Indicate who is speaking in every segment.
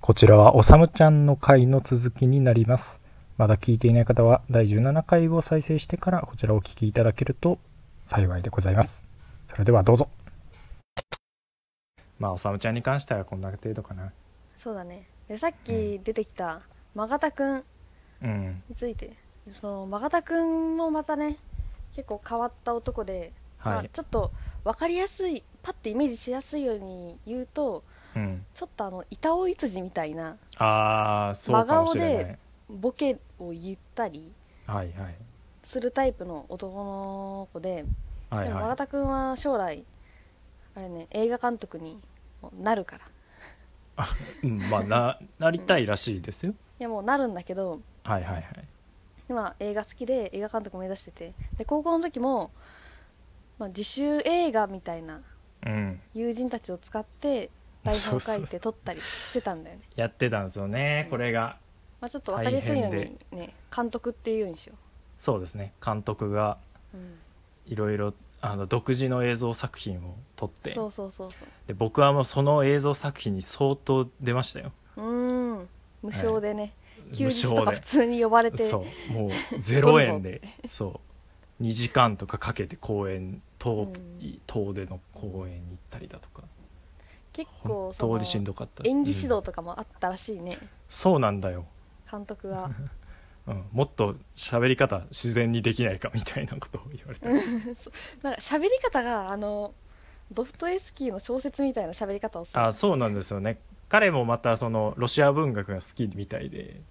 Speaker 1: こちらはおさむちゃんの回の続きになります。まだ聞いていない方は第17回を再生してからこちらをお聞きいただけると幸いでございます。それではどうぞ。まあ、おさむちゃんに関してはこんな程度かな。
Speaker 2: そうだねでさっ
Speaker 1: う
Speaker 2: き出てきたマガタくん
Speaker 1: うん。
Speaker 2: についてそのマガタくんもまたね結構変わった男で、ま
Speaker 1: は
Speaker 2: あ
Speaker 1: い。
Speaker 2: ちょっと分かりやすいパッてイメージしやすいように言うと
Speaker 1: うん。
Speaker 2: ちょっとあの板尾いつじみたいな
Speaker 1: ああ、そうかもしれ
Speaker 2: 真
Speaker 1: な
Speaker 2: 顔
Speaker 1: い。
Speaker 2: ボケを言ったり
Speaker 1: はいはい。
Speaker 2: するタイプの男の子で、
Speaker 1: はい
Speaker 2: でも
Speaker 1: は
Speaker 2: マガ
Speaker 1: い。
Speaker 2: タくんは将来あれね映画監督になるからい
Speaker 1: うん、まあ、な、なりたいらしいですよ。
Speaker 2: やもうなるんだけど、
Speaker 1: はいはいはい。
Speaker 2: 今映画好きで映画監督目指しててで高校の時も、まあ、自主映画みたいな
Speaker 1: うん。
Speaker 2: 友人たちを使って台本を書
Speaker 1: そう
Speaker 2: い
Speaker 1: そうそ
Speaker 2: て
Speaker 1: う
Speaker 2: 撮ったりしてたんだよね
Speaker 1: やってたんですよね、これが。
Speaker 2: まあ、ちょっと分かりやすいよう
Speaker 1: 大
Speaker 2: にね監督っていうようにしよ
Speaker 1: そうですね。監督が
Speaker 2: う、うん
Speaker 1: いろいろ、あの、独自の映像作品を撮って。
Speaker 2: そうそうそうそ
Speaker 1: で僕はもうその映像作品に相当出ましたよ
Speaker 2: ううーん無償でね、休
Speaker 1: 無
Speaker 2: 日と
Speaker 1: 償
Speaker 2: か普通に呼ばれて
Speaker 1: でそうもう0円 でそう2時間とかかけて公演遠,、
Speaker 2: うん
Speaker 1: 遠出の公演に行ったりだとか
Speaker 2: 結構
Speaker 1: 本
Speaker 2: そ
Speaker 1: 当
Speaker 2: の
Speaker 1: にしんどかった
Speaker 2: 演技指
Speaker 1: う
Speaker 2: 導
Speaker 1: ん
Speaker 2: とかもあったらしいね、
Speaker 1: そうなんだよ、
Speaker 2: 監督が
Speaker 1: うん、もっと喋り方自然にできないかみたいなことを言われた り
Speaker 2: なんか喋り方があのドフトエフスキーの小説みたいな喋り方をする
Speaker 1: あそうなんですよね彼もまたそのロシア文学が好きみたいで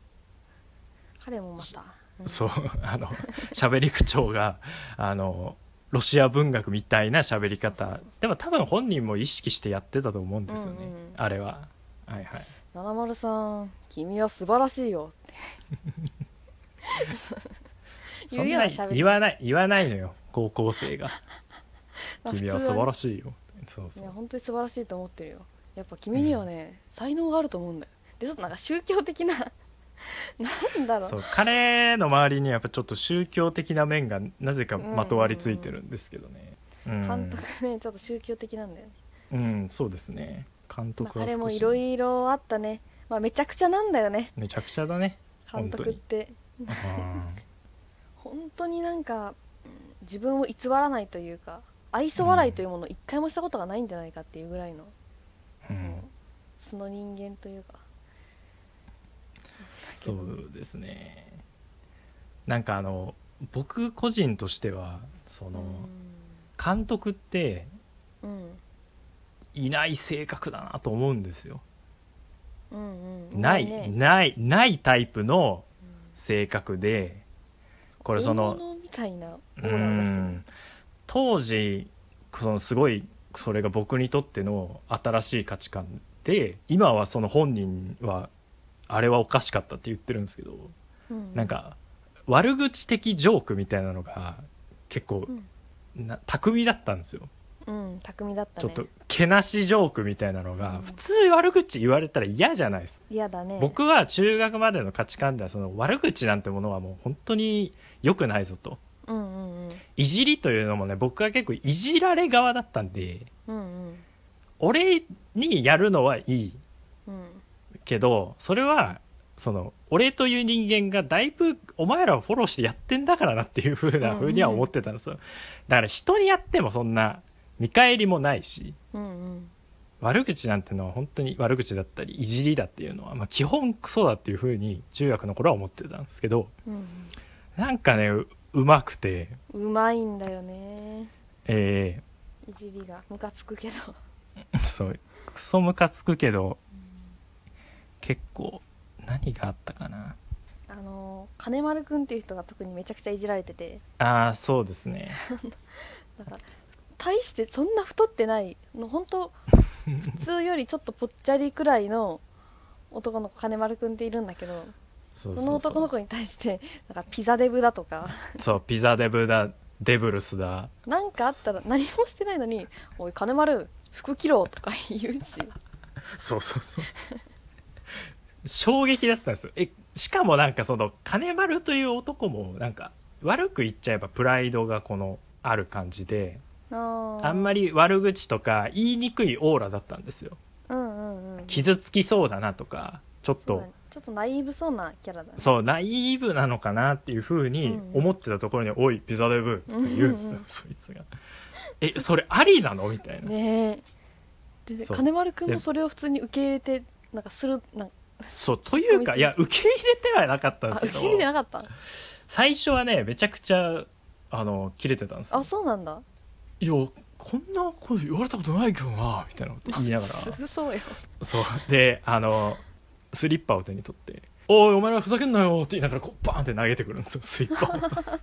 Speaker 2: 彼もまた、うん
Speaker 1: そうあの喋り口調があのロシア文学みたいな喋り方でも多分本人も意識してやってたと思うんですよね、
Speaker 2: うんうんうん
Speaker 1: あれははいはい
Speaker 2: 七丸さん君は素晴らし いよって
Speaker 1: そん
Speaker 2: よ
Speaker 1: な
Speaker 2: 喋り
Speaker 1: 言わない言わないのよ高校生が
Speaker 2: まあ
Speaker 1: 君は素晴
Speaker 2: 普
Speaker 1: らしいよそう
Speaker 2: 通
Speaker 1: そ
Speaker 2: ねいうや本当に素晴らしいと思ってるよやっぱ君にはね、才能があると思うんだよでちょっとなんか宗教的な なんだろう
Speaker 1: そう彼の周りにやっぱちょっと宗教的な面がなぜかまとわりついてるんですけどね、うん
Speaker 2: 監督ねちょっと宗教的なんだよね、
Speaker 1: うんそうですね監
Speaker 2: ま
Speaker 1: 督
Speaker 2: あ、
Speaker 1: は
Speaker 2: あれも
Speaker 1: 少
Speaker 2: い
Speaker 1: し
Speaker 2: ろいろあったね、まあ、めちゃくちゃなんだよね
Speaker 1: めちゃくちゃだ ね
Speaker 2: 監督って
Speaker 1: う
Speaker 2: 本当になんかうん自分を偽らないというか愛想笑いというものを一回もしたことがないんじゃないかっていうぐらいの、
Speaker 1: んうん
Speaker 2: もう素の人間というか
Speaker 1: そ
Speaker 2: だけど
Speaker 1: うですねなんかあの僕個人としてはその監督って
Speaker 2: うんうん
Speaker 1: いない性格だなと思うんですよ
Speaker 2: うんうん
Speaker 1: な
Speaker 2: うま
Speaker 1: い
Speaker 2: ね
Speaker 1: ないないタイプの
Speaker 2: うん
Speaker 1: 性格でこれその
Speaker 2: 大物みたいなオ
Speaker 1: う
Speaker 2: ーラを出してる
Speaker 1: ん当時そのすごいそれが僕にとっての新しい価値観で今はその本人はあれはおかしかったって言ってるんですけど
Speaker 2: う
Speaker 1: なんか悪口的ジョークみたいなのが結構
Speaker 2: うん
Speaker 1: な巧みだったんですよ、
Speaker 2: うん巧みだった
Speaker 1: ちょ
Speaker 2: ね
Speaker 1: っとけなしジョークみたいなのが、
Speaker 2: うん
Speaker 1: 普通悪口言われたら嫌じゃないですか、
Speaker 2: 嫌だね
Speaker 1: 僕は中学までの価値観ではその悪口なんてものはもう本当に良くないぞと
Speaker 2: うんうんうん
Speaker 1: いじりというのもね僕は結構いじられ側だったんで
Speaker 2: うんうん
Speaker 1: 俺にやるのはいい
Speaker 2: うん
Speaker 1: けどそれはその俺という人間がだいぶお前らをフォローしてやってんだからなっていうふうな
Speaker 2: うん
Speaker 1: ふうには思ってたんですよ、だから人にやってもそんな見返りもないし
Speaker 2: うんうん
Speaker 1: 悪口なんてのは本当に悪口だったりいじりだっていうのは、まあ、基本クソだっていうふうに中学の頃は思ってたんですけど
Speaker 2: うん
Speaker 1: なんかねううまくて
Speaker 2: うんうまいんだよね
Speaker 1: え
Speaker 2: いじりがムカつくけど
Speaker 1: ーそうクソムカつくけど結構何があったかな
Speaker 2: あの金丸くんっていう人が特にめちゃくちゃいじられてて
Speaker 1: ああそうですね
Speaker 2: 大してそんな太ってないの 本当普通よりちょっとぽっちゃりくらいの男の子金丸くんっているんだけど
Speaker 1: そ
Speaker 2: そ
Speaker 1: そ
Speaker 2: う
Speaker 1: うそう
Speaker 2: の男の子に対してなんかピザデブだとか
Speaker 1: そうピザデブだデブルスだ
Speaker 2: なんかあったら何もしてないのに「おい金丸服着ろ」とか言うし
Speaker 1: そうそうそう衝撃だったんですよえしかもなんかその金丸という男もなんか悪く言っちゃえばプライドがこのある感じで
Speaker 2: あ
Speaker 1: あんま
Speaker 2: り
Speaker 1: り悪口とか言いにくいオーラだったんですよ
Speaker 2: うんうんうん
Speaker 1: 傷つきそうだなとかちょっ
Speaker 2: そう
Speaker 1: と
Speaker 2: だねちょっとナイーブそうなキャラだね
Speaker 1: そうナイーブなのかなっていうふうに思ってたところに「おいピザデブ」って言うんですよ
Speaker 2: うん
Speaker 1: そいつが「えそれありなの?」みたいな、
Speaker 2: ねえで
Speaker 1: そう
Speaker 2: 金丸君も
Speaker 1: で
Speaker 2: それを普通に受け入れてなんかするなんか
Speaker 1: そうというかいや受け入れてはなかったんで
Speaker 2: あ
Speaker 1: すけ
Speaker 2: 受け入れて
Speaker 1: ど
Speaker 2: なかった
Speaker 1: 最初はねめちゃくちゃあの切れてたんですよ
Speaker 2: あそうなんだ
Speaker 1: いやこんなこと言われたことないけどなみたいなこと言い なが
Speaker 2: す
Speaker 1: ら
Speaker 2: ぐそうよ
Speaker 1: そうであのスリッパを手に取って「おいお前らふざけんなよ」って言いながらこうバーンって投げてくるん ですよスリッパを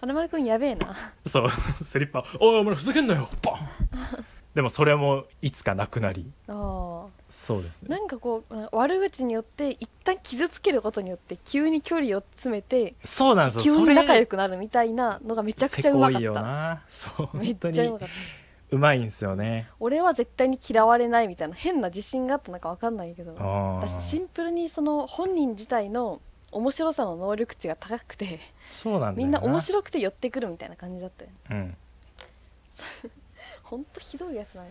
Speaker 2: 金丸君やべえ な
Speaker 1: そうスリッパ「おいお前らふざけんなよ」バーンでもそれもいつかなくなり
Speaker 2: あー
Speaker 1: そうです
Speaker 2: なんかこう悪口によって一旦傷つけることによって急に距離を詰めて
Speaker 1: そうなんですよ
Speaker 2: 急
Speaker 1: そ
Speaker 2: に
Speaker 1: れ
Speaker 2: 仲良くなるみたいなのがめちゃくちゃうまか
Speaker 1: せこ
Speaker 2: っ
Speaker 1: いよ
Speaker 2: た
Speaker 1: なそう
Speaker 2: めっ
Speaker 1: 本当
Speaker 2: ちゃうま
Speaker 1: に
Speaker 2: かった
Speaker 1: うまいんですよね
Speaker 2: 俺は絶対に嫌われないみたいな変な自信があったのかわかんないけど
Speaker 1: ああ
Speaker 2: 私シンプルにその本人自体の面白さの能力値が高くて
Speaker 1: そうなんだよ
Speaker 2: みんな面白くて寄ってくるみたいな感じだったよね
Speaker 1: い、うん
Speaker 2: ほんとひどいやつなんよ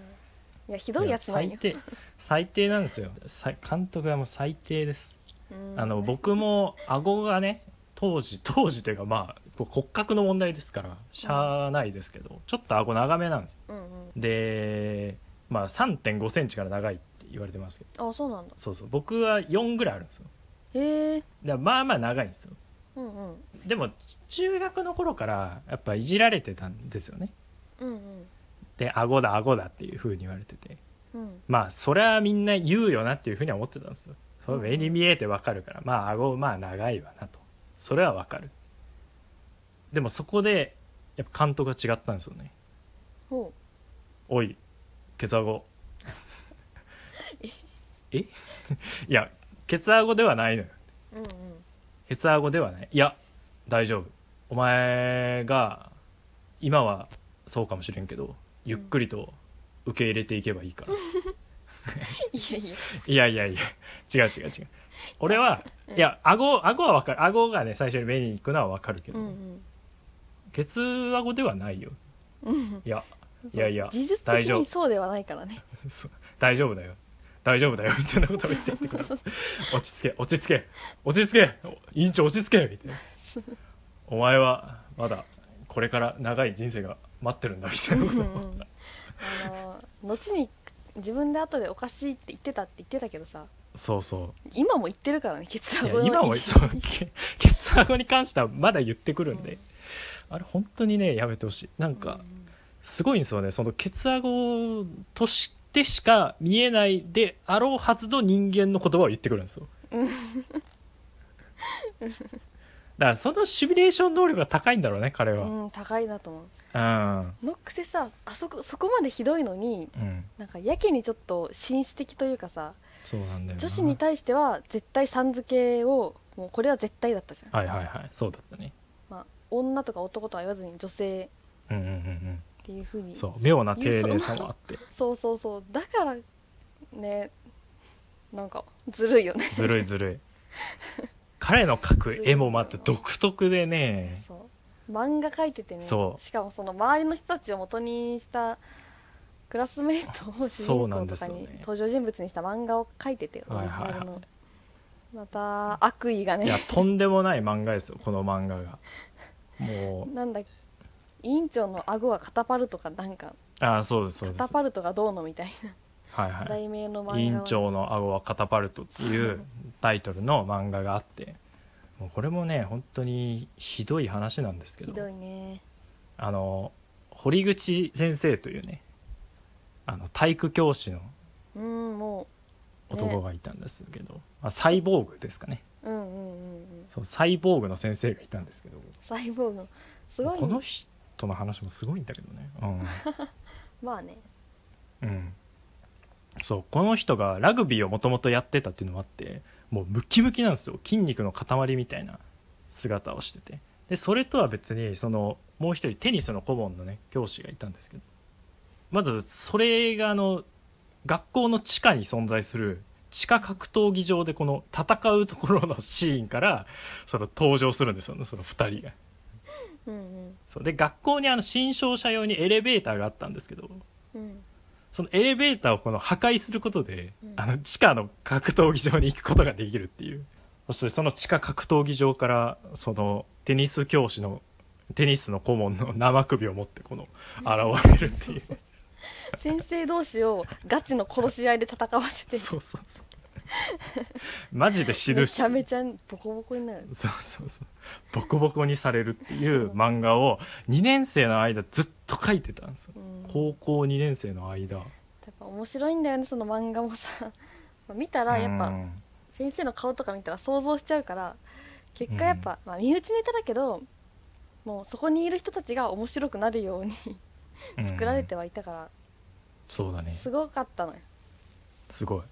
Speaker 2: いやひどいやつな
Speaker 1: い
Speaker 2: んよ
Speaker 1: や最、低最低なんですよさ監督はもう最低です
Speaker 2: うん
Speaker 1: あの僕も顎がね当時当時というかまあ僕骨格の問題ですからしゃあないですけどちょっと顎長めなんです
Speaker 2: うんうん
Speaker 1: でまあ3 5センチから長いって言われてますけど
Speaker 2: あそうなんだ
Speaker 1: そうそう僕は4ぐらいあるんですよ
Speaker 2: へえ
Speaker 1: だからまあまあ長いんですよ
Speaker 2: うんうん
Speaker 1: でも中学の頃からやっぱいじられてたんですよね
Speaker 2: うんうん
Speaker 1: で顎だ顎だっていうふうに言われてて
Speaker 2: うん
Speaker 1: まあそれはみんな言うよなっていうふうには思ってたんですよそう目に見えてわかるからまあ顎まあ長いわなとそれはわかるでもそこでやっぱ監督が違ったんですよね
Speaker 2: ほ
Speaker 1: 「おいケツ顎」 え いやケツ顎ではないのよ
Speaker 2: ううんうん
Speaker 1: ケツ顎ではないいや大丈夫お前が今はそうかもしれんけどゆっくりと受け入れていけばいいから
Speaker 2: いやいや
Speaker 1: いやいやいや違う違う違う俺は、
Speaker 2: うん
Speaker 1: いや顎顎は分かる顎がね最初に目に行くのは分かるけ
Speaker 2: う
Speaker 1: ど、
Speaker 2: んうん
Speaker 1: ケツ顎ではないよ
Speaker 2: うん
Speaker 1: いや
Speaker 2: そう
Speaker 1: いやいや
Speaker 2: 事実
Speaker 1: 大
Speaker 2: 的
Speaker 1: 丈夫
Speaker 2: にそうではないからね
Speaker 1: そう大丈夫だよ大丈夫だよみたいなことを言っちゃってくる落ち着け落ち着け落ち着け委員長落ち着けみたいなお前はまだこれから長い人生が待ってるんだみたいなことを
Speaker 2: うんうんうんあの後に自分で後でおかしいって言ってたって言ってたけどさ
Speaker 1: そうそ
Speaker 2: 今も言ってるからね血
Speaker 1: うい
Speaker 2: 圧
Speaker 1: や今もそうケケツ顎に関してはまだ言ってくるんで、あれ本当にねやめてほしいなんか、すごいんですよねそのケツアゴとしてしか見えないであろうはずの人間の言葉を言ってくるんです よ
Speaker 2: うん
Speaker 1: だからそのシミュレーション能力が高いんだろうね彼
Speaker 2: う
Speaker 1: は
Speaker 2: ん、うん、高いなと思う
Speaker 1: うん
Speaker 2: のくせさあそこそこまでひどいのに
Speaker 1: うん
Speaker 2: なんかやけにちょっと紳士的というかさ
Speaker 1: そうなんだよな
Speaker 2: 女子に対しては絶対さん付けをもうこれは絶対だったじゃん、
Speaker 1: はいはいはいそうだったね
Speaker 2: まあ、女とか男とは言わずに女性
Speaker 1: うんうんうん
Speaker 2: っていうふう
Speaker 1: うん
Speaker 2: に
Speaker 1: そう妙な丁寧さもあって
Speaker 2: そうそうそうだからねなんかずるいよね
Speaker 1: ずるいずるい彼の描く絵もまた独特でね
Speaker 2: そう漫画描いててね
Speaker 1: そう
Speaker 2: しかもその周りの人たちを元にしたクラスメイトを主
Speaker 1: そう
Speaker 2: 人
Speaker 1: なん
Speaker 2: 公
Speaker 1: で
Speaker 2: と
Speaker 1: す
Speaker 2: か
Speaker 1: よね
Speaker 2: に登場人物にした漫画を描いてて、
Speaker 1: はいはいはい
Speaker 2: オリジナルのまた悪意が
Speaker 1: いや
Speaker 2: ね
Speaker 1: とんでもない漫画ですよこの漫画がもう
Speaker 2: なんだっけ委員長の顎はカタパルトかなんか
Speaker 1: ああそうですそう
Speaker 2: カ
Speaker 1: で
Speaker 2: タ
Speaker 1: す
Speaker 2: パルトがどうのみたい
Speaker 1: はいは
Speaker 2: ない題名の漫画を
Speaker 1: 委員長の顎はカタパルトっていうタイトルの漫画があってもうこれもね本当にひどい話なんですけ
Speaker 2: ひ
Speaker 1: ど
Speaker 2: どいね
Speaker 1: あの堀口先生というねあの体育教師の
Speaker 2: うんも
Speaker 1: 男がいたんですけど、まあ、サイボーグですかね
Speaker 2: ううんうんうんうん
Speaker 1: そうサイボーグの先生がいたんですけど
Speaker 2: サイボーグのすごい
Speaker 1: こ
Speaker 2: ね
Speaker 1: の人の話もすごいんだけどね
Speaker 2: まあね
Speaker 1: うん、うん、そうこの人がラグビーをもともとやってたっていうのもあってもうムキムキなんですよ筋肉の塊みたいな姿をしててでそれとは別にそのもう一人テニスの顧問のね教師がいたんですけどまずそれがあの学校の地下に存在する地下格闘技場でこの戦うところのシーンからその登場するんですよねその2人が
Speaker 2: うん
Speaker 1: そうで学校にあの新商社用にエレベーターがあったんですけど
Speaker 2: うんうん
Speaker 1: そのエレベーターをこの破壊することで、
Speaker 2: うん
Speaker 1: あの地下の格闘技場に行くことができるっていうそしてその地下格闘技場からそのテニス教師のテニスの顧問の生首を持ってこの現れるっていう
Speaker 2: 先生同士をガチの殺し合いで戦わせて
Speaker 1: そうそうそうマジで死ぬ
Speaker 2: め
Speaker 1: し
Speaker 2: ちゃめちゃボコボコになる
Speaker 1: そうそうそうボコボコにされるっていう漫画を2年生の間ずっと書いてたんですよ
Speaker 2: うん
Speaker 1: 高校2年生の間
Speaker 2: やっぱ面白いんだよねその漫画もさ 見たらやっ
Speaker 1: う
Speaker 2: ぱ
Speaker 1: ん
Speaker 2: 先生の顔とか見たら想像しちゃうから結果やっぱ、まあ、身内ネタだけどもうそこにいる人たちが面白くなるように 作られて
Speaker 1: うん
Speaker 2: はいたから、
Speaker 1: そうだね
Speaker 2: すごかったのよ
Speaker 1: すごい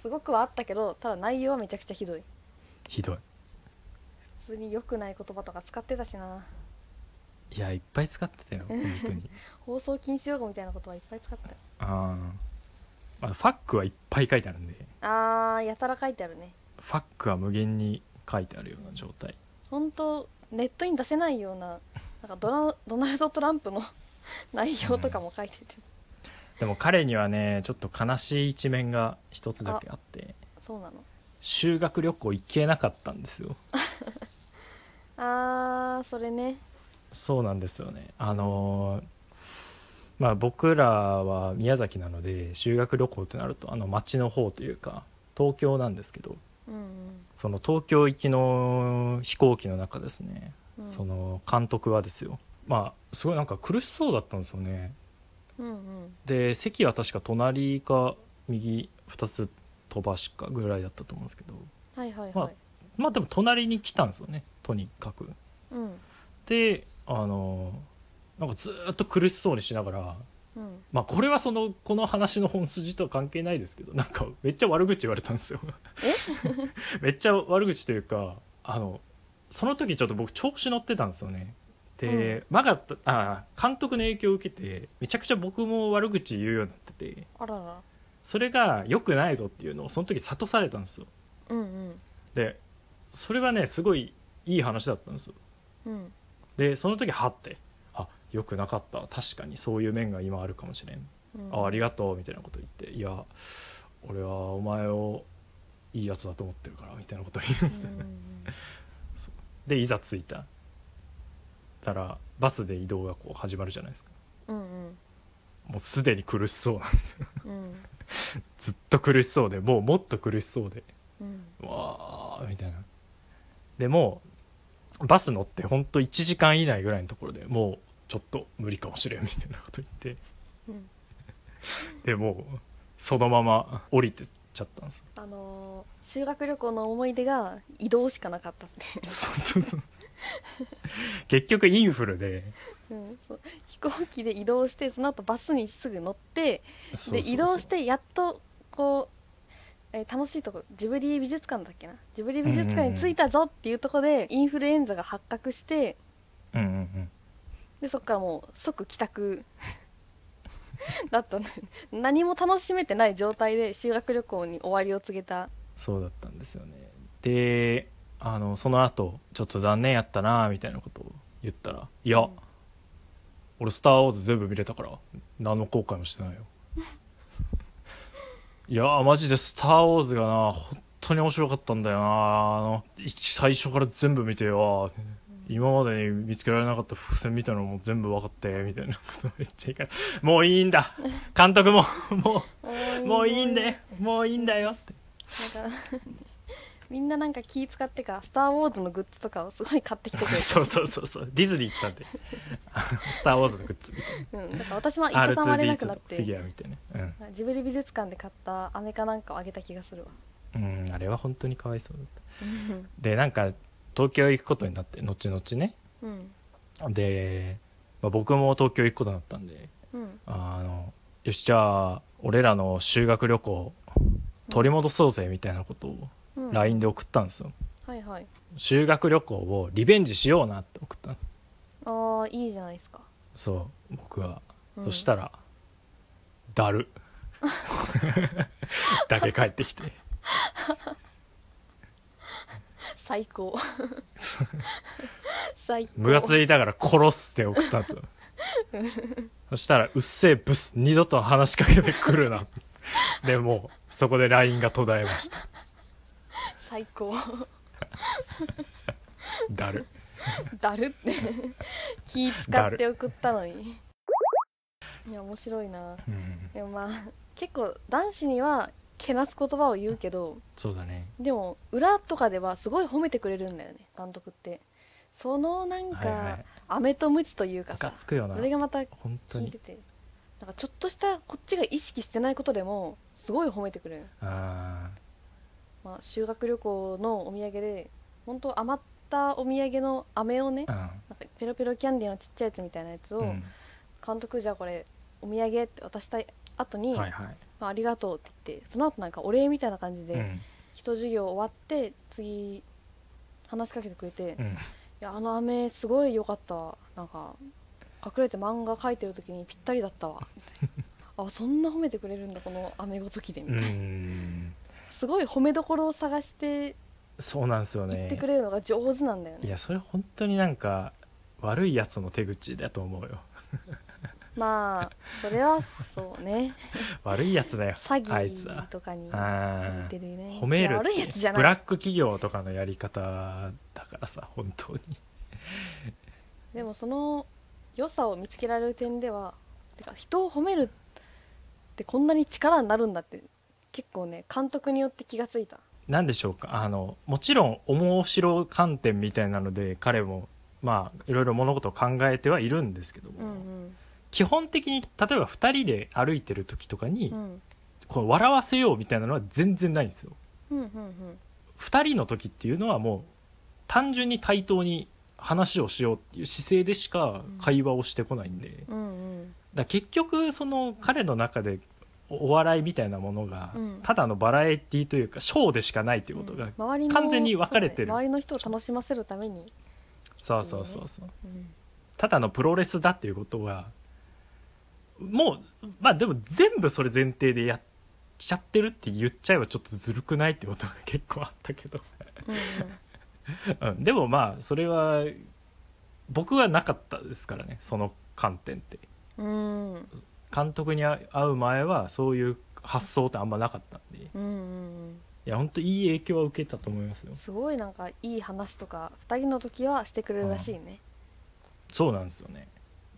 Speaker 2: すごくはあったけどただ内容はめちゃくちゃひどい
Speaker 1: ひどい
Speaker 2: 普通に良くない言葉とか使ってたしない
Speaker 1: やいっぱい使ってたよ本当に
Speaker 2: 放送禁止用語みたいな言葉いっぱい使ってた
Speaker 1: あーあファックはいっぱい書いてあるんで
Speaker 2: あーやたら書いてあるね
Speaker 1: ファックは無限に書いてあるような状態
Speaker 2: 本当ネットに出せないようななんかドラドナルド・トランプの 内容とかも書いてて、
Speaker 1: でも彼にはねちょっと悲しい一面が一つだけあって
Speaker 2: そうなの
Speaker 1: 修学旅行行けなかったんですよ
Speaker 2: あーそれね
Speaker 1: そうなんですよねあのーまあ僕らは宮崎なので修学旅行ってなるとあの町の方というか東京なんですけど
Speaker 2: うんうん
Speaker 1: その東京行きの飛行機の中ですね、
Speaker 2: うん
Speaker 1: その監督はですよまあすごいなんか苦しそうだったんですよね
Speaker 2: うんうん
Speaker 1: で席は確か隣か右2つ飛ばしかぐらいだったと思うんですけど
Speaker 2: はいはいはい、
Speaker 1: まあまあでも隣に来たんですよねとにかく
Speaker 2: うん
Speaker 1: であのなんかずーっと苦しそうにしながら
Speaker 2: うん
Speaker 1: まあこれはそのこの話の本筋とは関係ないですけどなんかめっちゃ悪口言われたんですよ
Speaker 2: え
Speaker 1: めっちゃ悪口というかあのその時ちょっと僕調子乗ってたんですよねで、マガったあ監督の影響を受けてめちゃくちゃ僕も悪口言うようになってて
Speaker 2: あらら
Speaker 1: それが良くないぞっていうのをその時諭されたんですよ
Speaker 2: うんうん
Speaker 1: でそれはねすごいいい話だったんですよ
Speaker 2: うん
Speaker 1: でその時はってあ良くなかった確かにそういう面が今あるかもしれん
Speaker 2: うん
Speaker 1: あありがとうみたいなこと言っていや俺はお前をいいやつだと思ってるからみたいなこと言うんですよ
Speaker 2: うん
Speaker 1: ね、
Speaker 2: うんうん
Speaker 1: でいざ着いたたらバスで移動がこう始まるじゃないですか
Speaker 2: うん
Speaker 1: もうすでに苦しそうなん ですよ
Speaker 2: うんうん
Speaker 1: ずっと苦しそうでもうもっと苦しそうで
Speaker 2: うん
Speaker 1: うわあみたいなでもうバス乗ってほんと1時間以内ぐらいのところでもうちょっと無理かもしれんみたいなこと言って
Speaker 2: うん
Speaker 1: でもうそのまま降りてっちゃったんですよ
Speaker 2: あのー修学旅行の思い出が移動しかなかったってい
Speaker 1: そうそうそう結局インフルで
Speaker 2: う、うん、そう飛行機で移動してその後バスにすぐ乗って
Speaker 1: そうそう
Speaker 2: で
Speaker 1: そう
Speaker 2: 移動してやっとこう、えー楽しいとこジブリ美術館だっけなジブリ美術館に着いたぞっていうとこでインフルエンザが発覚して
Speaker 1: うんうんうん
Speaker 2: でそっからもう即帰宅 だったのよ何も楽しめてない状態で修学旅行に終わりを告げ た
Speaker 1: そうだったんですよねであのその後ちょっと残念やったなみたいなことを言ったら「いや、
Speaker 2: うん
Speaker 1: 俺スター・ウォーズ全部見れたから何の後悔もしてないよ」いやマジで「スター・ウォーズ」がな本当に面白かったんだよなあの一最初から全部見てよ今までに見つけられなかった伏線みたいなのも全部分かってみたいなことめっちゃいいからもういいんだ監督ももうもういいんだよもういいんだよって
Speaker 2: なんか みんななんか気使ってか「スター・ウォーズ」のグッズとかをすごい買ってきてくれて
Speaker 1: そうそうそうそうディズニー行ったんで あのスター・ウォーズのグッズみたい
Speaker 2: うん、だから私はい
Speaker 1: な
Speaker 2: たたまれな
Speaker 1: R2D2
Speaker 2: くな
Speaker 1: の
Speaker 2: っ
Speaker 1: フィギ
Speaker 2: て
Speaker 1: ュアみたいなうん
Speaker 2: ジブリ美術館で買ったアメかなんかをあげた気がす るわ
Speaker 1: うんあれは本当にかわいそうだった
Speaker 2: うん
Speaker 1: でなんか東京行くことになって後々ね
Speaker 2: うん
Speaker 1: で、まあ、僕も東京行くことになったんで
Speaker 2: うん
Speaker 1: あのよしじゃあ俺らの修学旅行取り戻そうぜみたいなことを
Speaker 2: うん
Speaker 1: LINE で送ったんですよ
Speaker 2: はいはい
Speaker 1: 修学旅行をリベンジしようなって送ったんで
Speaker 2: あーいいじゃないですか、
Speaker 1: すそう僕は
Speaker 2: うん、
Speaker 1: そしたら「だ る」だけ返ってきて
Speaker 2: 最高 最高
Speaker 1: ムカついたから「殺す」って送ったんですよそしたら「うっせえブス二度と話しかけてくるな」でもうそこで LINE が途絶えました
Speaker 2: 最高
Speaker 1: だる
Speaker 2: だるって気使って送ったのにいや面白いな
Speaker 1: うん
Speaker 2: でもまあ結構男子にはけなす言葉を言うけど
Speaker 1: そうだね
Speaker 2: でも裏とかではすごい褒めてくれるんだよね監督ってそのな
Speaker 1: は
Speaker 2: ん
Speaker 1: いは
Speaker 2: か
Speaker 1: い
Speaker 2: 飴とムチというか
Speaker 1: ムカ
Speaker 2: さ
Speaker 1: つくよな
Speaker 2: それがまた
Speaker 1: 本当
Speaker 2: 聞い
Speaker 1: に
Speaker 2: ててなんかちょっとしたこっちが意識してないことでもすごい褒めてくれる、
Speaker 1: あ
Speaker 2: まあ、修学旅行のお土産で本当余ったお土産の飴をね
Speaker 1: あ
Speaker 2: なんかペロペロキャンディーのちっちゃいやつみたいなやつ
Speaker 1: う
Speaker 2: を
Speaker 1: ん、
Speaker 2: 監督じゃあこれお土産って渡した後
Speaker 1: う
Speaker 2: に、
Speaker 1: ん、はいはい、
Speaker 2: まあ、ありがとうって言ってその後なんかお礼みたいな感じで、
Speaker 1: うん
Speaker 2: 一授業終わって次話しかけてくれて、
Speaker 1: う
Speaker 2: い
Speaker 1: ん、
Speaker 2: やあの飴すごい良かったわなんか隠れて漫画描いてる時にぴったり だったわみたいなあそんな褒めてくれるんだこの飴ごときでみ
Speaker 1: う
Speaker 2: たいな、
Speaker 1: ん
Speaker 2: すごい褒めどころを探して
Speaker 1: そうなんですよ
Speaker 2: 言って
Speaker 1: ね
Speaker 2: くれるのが上手なんだよ
Speaker 1: い
Speaker 2: ね
Speaker 1: やそれ本当になんか悪いやつの手口だと思うよ
Speaker 2: まあそれはそうね
Speaker 1: 悪いやつだよ
Speaker 2: 詐
Speaker 1: あいつだ
Speaker 2: 欺とかに言
Speaker 1: あ
Speaker 2: ってるね
Speaker 1: 褒める
Speaker 2: いや悪いやつじゃ
Speaker 1: あブ
Speaker 2: な
Speaker 1: ラッ
Speaker 2: い
Speaker 1: ク企業とかのやり方だからさ本当に
Speaker 2: でもその良さを見つけられる点ではてか人を褒めるってこんなに力になるんだって結構ね監督によって気がついた
Speaker 1: 何でしょうかあのもちろん面白観点みたいなので彼もまあいろいろ物事を考えてはいるんですけども、
Speaker 2: うん
Speaker 1: 基本的に例えば2人で歩いてる時とかに、
Speaker 2: うんうん
Speaker 1: こう笑わせようみたいなのは全然ないんですよ
Speaker 2: うんうん
Speaker 1: 2人の時っていうのはもう単純に対等に話をしようっていう姿勢でしか会話をしてこないんで、だか
Speaker 2: うんうん
Speaker 1: ら結局その彼の中でおお笑いみたいなものが
Speaker 2: うん
Speaker 1: ただのバラエティというかショーでしかないということが、
Speaker 2: うん周りの
Speaker 1: 完全に分かれてる
Speaker 2: そうね周りの人を楽しませるために、
Speaker 1: そうそうそうそう
Speaker 2: うん
Speaker 1: ただのプロレスだっていうことはもうまあでも全部それ前提でやっちゃってるって言っちゃえばちょっとずるくないってことが結構あったけど
Speaker 2: うん
Speaker 1: うん、でもまあそれは僕はなかったですからねその観点って
Speaker 2: うんうん
Speaker 1: 監督に会う前はそういう発想ってあんまなかったんでい
Speaker 2: うんうん
Speaker 1: や本当いい影響は受けたと思いますよ
Speaker 2: うんすごいなんかいい話とか2人の時はしてくれるらしいね
Speaker 1: そうなんですよね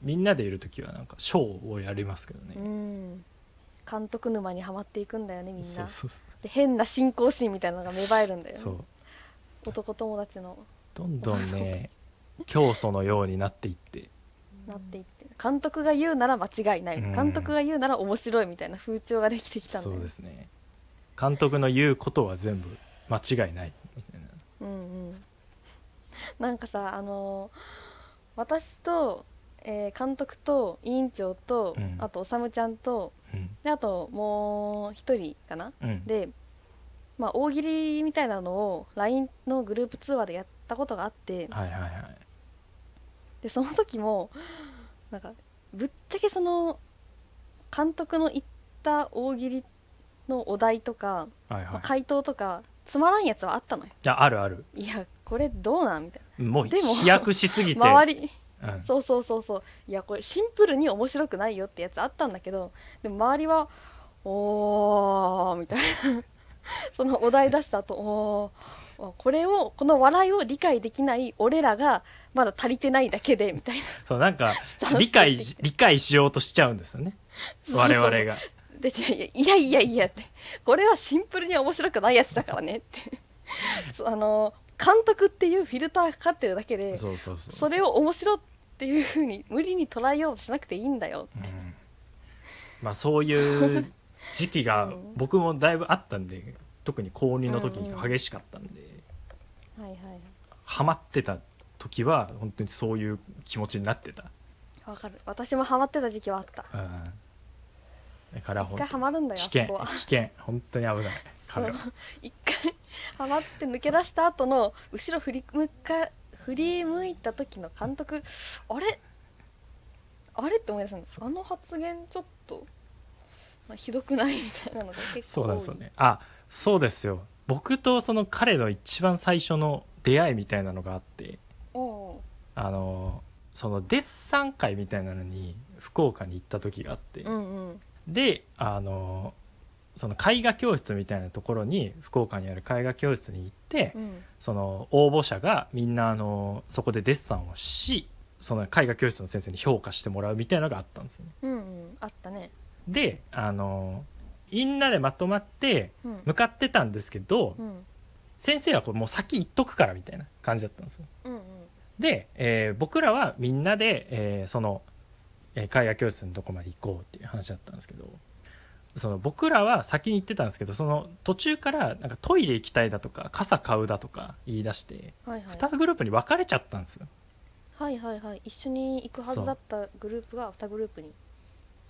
Speaker 1: みんなでいる時はなんかショーをやりますけど
Speaker 2: う
Speaker 1: ね、
Speaker 2: ん監督沼にはまっていくんだよねみん
Speaker 1: そ
Speaker 2: な
Speaker 1: うそうそ
Speaker 2: で変な信仰心みたいなのが芽生えるんだ
Speaker 1: う
Speaker 2: よね
Speaker 1: そう
Speaker 2: 男友達の
Speaker 1: どんどん ね教祖のようになっていって
Speaker 2: なっていって監督が言うなら間違いない、
Speaker 1: うん
Speaker 2: 監督が言うなら面白いみたいな風潮ができてきたんだ
Speaker 1: そ
Speaker 2: よ
Speaker 1: う
Speaker 2: ね
Speaker 1: ですね監督の言うことは全部間違いないみたいな
Speaker 2: うんうん なんかさあのー私と、えー監督と委員長と、
Speaker 1: うん
Speaker 2: あとおさむちゃんとであともう一人かな
Speaker 1: うんうん
Speaker 2: で、まあ、大喜利みたいなのを LINE のグループ通話でやったことがあって
Speaker 1: はいはいはい
Speaker 2: でその時もなんかぶっちゃけその監督の言った大喜利のお題とか、
Speaker 1: はいは
Speaker 2: まあ
Speaker 1: い
Speaker 2: 回答とかつまらんやつはあったのよ
Speaker 1: いやあるある
Speaker 2: いやこれどうなんみたい
Speaker 1: もう
Speaker 2: でも
Speaker 1: 飛躍しすぎて
Speaker 2: な周り
Speaker 1: うん
Speaker 2: そうそうそうそういやこれシンプルに面白くないよってやつあったんだけどでも周りは「おー」みたいな そのお題出した後おーあこれをこの笑いを理解できない俺らがまだ足りてないだけでみたいな
Speaker 1: そうなん か
Speaker 2: タンス
Speaker 1: 理解し理解しようとしちゃうんですよね
Speaker 2: そう
Speaker 1: 我々が
Speaker 2: でいやいやいやいやってこれはシンプルに面白くないやつだからねってそうあの監督っていうフィルターかかってるだけでそ
Speaker 1: そうそうそう
Speaker 2: れを面白っていうふうに無理に捉えようとしなくていいんだよ
Speaker 1: うんまあそういう時期 が
Speaker 2: うん
Speaker 1: 僕もだいぶあったんで特に高2の時が激しかったんで、
Speaker 2: はいはい
Speaker 1: ハマってた時は本当にそういう気持ちになってた、
Speaker 2: わかる私もハマってた時期はあった
Speaker 1: うん、だから
Speaker 2: 一
Speaker 1: 本
Speaker 2: 回ハ
Speaker 1: 当
Speaker 2: マるんだよ
Speaker 1: 危
Speaker 2: あそ
Speaker 1: 険
Speaker 2: こは
Speaker 1: 危険本当に危 ない彼は
Speaker 2: そう一回ハマって抜け出した後の後ろ振り向か振り向いた時の監督あれあれって思い出すんですあの発言ちょっと、まあ、ひどくないみたいなのが結
Speaker 1: そう
Speaker 2: 構多
Speaker 1: ないんですよねあそうですよ僕とその彼の一番最初の出会いみたいなのがあって
Speaker 2: おう
Speaker 1: あのそのデッサン会みたいなのに福岡に行った時があって、
Speaker 2: うんうん
Speaker 1: であのその絵画教室みたいなところに福岡にある絵画教室に行って、
Speaker 2: うん
Speaker 1: その応募者がみんなあのそこでデッサンをしその絵画教室の先生に評価してもらうみたいなのがあったんですよね。
Speaker 2: うんうんあったね
Speaker 1: であのみんなでまとまって
Speaker 2: うん
Speaker 1: 向かってたんですけど、
Speaker 2: うん
Speaker 1: 先生はこれもう先行っとくからみたいな感じだったんですよ。
Speaker 2: うんうん
Speaker 1: で、えー僕らはみんなで、えーその、えー、絵画教室のとこまで行こうっていう話だったんですけどその僕らは先に行ってたんですけどその途中からなんかトイレ行きたいだとか傘買うだとか言い出して
Speaker 2: はいはい
Speaker 1: 2つグループに分かれちゃったんですよ。
Speaker 2: はいはいはい一緒に行くはずだったグループが2グループに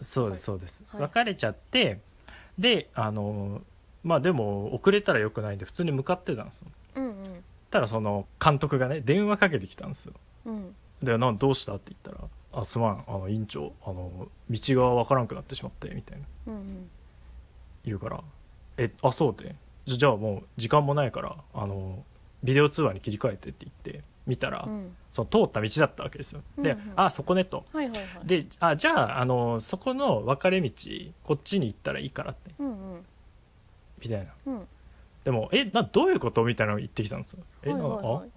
Speaker 1: そうですそうです、
Speaker 2: はい
Speaker 1: 別れちゃってであのまあでも遅れたらよくないんで普通に向かってたんですよ
Speaker 2: うんうん
Speaker 1: たらその監督がね電話かけてきたんですよ
Speaker 2: うん
Speaker 1: でなんどうしたって言ったら「あすまんあの院長あの道が分からんくなってしまって」みたいな
Speaker 2: うんうん
Speaker 1: 言うから「えあそうでじゃじゃあもう時間もないからあのビデオ通話に切り替えて」って言って見たら、
Speaker 2: うん
Speaker 1: その通った道だったわけですよで「
Speaker 2: うんうん
Speaker 1: あそこね」と。
Speaker 2: はいはいはい
Speaker 1: であじゃああのそこの分かれ道こっちに行ったらいいからって
Speaker 2: うんうん
Speaker 1: みたいな
Speaker 2: うん
Speaker 1: でも「えなどういうこと?」みたいなの言ってきたんですよ「え、
Speaker 2: はい
Speaker 1: な
Speaker 2: はいは
Speaker 1: あ
Speaker 2: い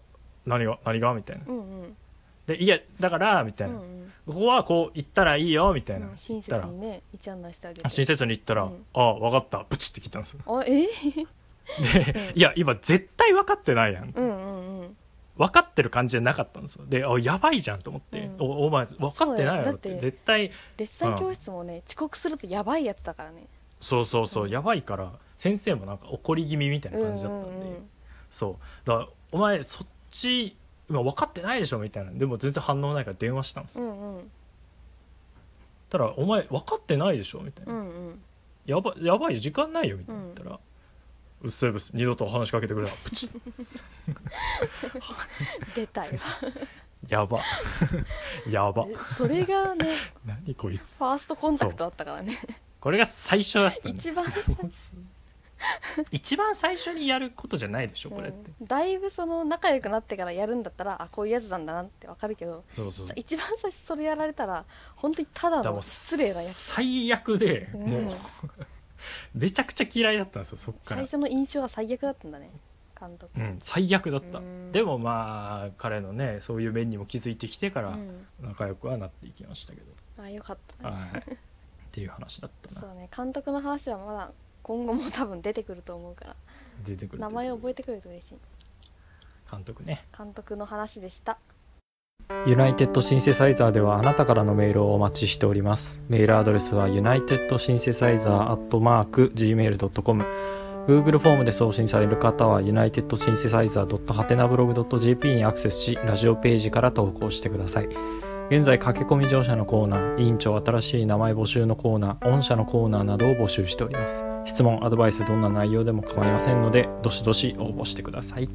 Speaker 1: 何が何が?」みたいな
Speaker 2: うんうん
Speaker 1: 「でいやだから」みた
Speaker 2: う
Speaker 1: い
Speaker 2: ん
Speaker 1: な、
Speaker 2: うん
Speaker 1: ここはこう行ったらいいよ」みたいな、
Speaker 2: うん親切にね一案内してあげて
Speaker 1: 親切に言ったら「
Speaker 2: うん
Speaker 1: ああ分かったプチ」って聞いたんですよ
Speaker 2: あえ
Speaker 1: で、
Speaker 2: うん
Speaker 1: いや今絶対分かってないやん、
Speaker 2: うんうんうん
Speaker 1: 分かってる感じじゃなかったんですよであやばいじゃんと思って「
Speaker 2: うん
Speaker 1: おお前分かってないやろ」っ
Speaker 2: そうだ
Speaker 1: て
Speaker 2: よだって
Speaker 1: 絶対
Speaker 2: デッサン教室もね遅刻するとやばいやつだからね
Speaker 1: そうそうそう
Speaker 2: うん
Speaker 1: やばいから先生もなんか怒り気味みたいな感じだったんで、そうだからお前そっち今分かってないでしょみたいなでも全然反応ないから電話したんです
Speaker 2: う
Speaker 1: よ、
Speaker 2: んうん
Speaker 1: たら「お前分かってないでしょ」みたいな
Speaker 2: う、んうん
Speaker 1: やばやばいよ時間ないよみたいな言ったら「うっせえぶす二度と話しかけてくれな」プチッ
Speaker 2: 出たよ
Speaker 1: や ばやば
Speaker 2: えそれ がね
Speaker 1: 何こいつ
Speaker 2: ファーストコンタクトだったからね
Speaker 1: これが最初だったんだ
Speaker 2: 一 番
Speaker 1: 一番最初にやることじゃないでしょこれって、
Speaker 2: うんだいぶその仲良くなってからやるんだったらあこういうやつなんだなってわかるけど
Speaker 1: そうそう
Speaker 2: 一番最初それやられたら本当にただ
Speaker 1: だからも
Speaker 2: の
Speaker 1: う
Speaker 2: 失礼なやつ、
Speaker 1: 最悪で、
Speaker 2: うん
Speaker 1: もうめちゃくちゃ嫌いだったんですよそっか
Speaker 2: 最
Speaker 1: ら
Speaker 2: 初の印象は最悪だったんだね監督
Speaker 1: うん最悪だった
Speaker 2: うん
Speaker 1: でもまあ彼のねそういう面にも気づいてきてか
Speaker 2: う
Speaker 1: ら
Speaker 2: ん
Speaker 1: 仲良くはなっていきましたけど、
Speaker 2: あよかったね
Speaker 1: はいっていう話だったな
Speaker 2: そうね監督の話はまだ今後も多分出てくると思うから
Speaker 1: 出てくる
Speaker 2: 名前を覚え
Speaker 1: え
Speaker 2: てくれると嬉しい
Speaker 1: 監督ね
Speaker 2: 監督の話でした
Speaker 1: ユナイテッドシンセサイザーではあなたからのメールをお待ちしております。メールアドレスは unitedsynthesizer.gmail.com Google フォームで送信される方は unitedsynthesizer.hatenablog.jp にアクセスし、ラジオページから投稿してください。現在、駆け込み乗車のコーナー、委員長新しい名前募集のコーナー、御社のコーナーなどを募集しております。質問、アドバイス、どんな内容でも構いませんので、どしどし応募してください。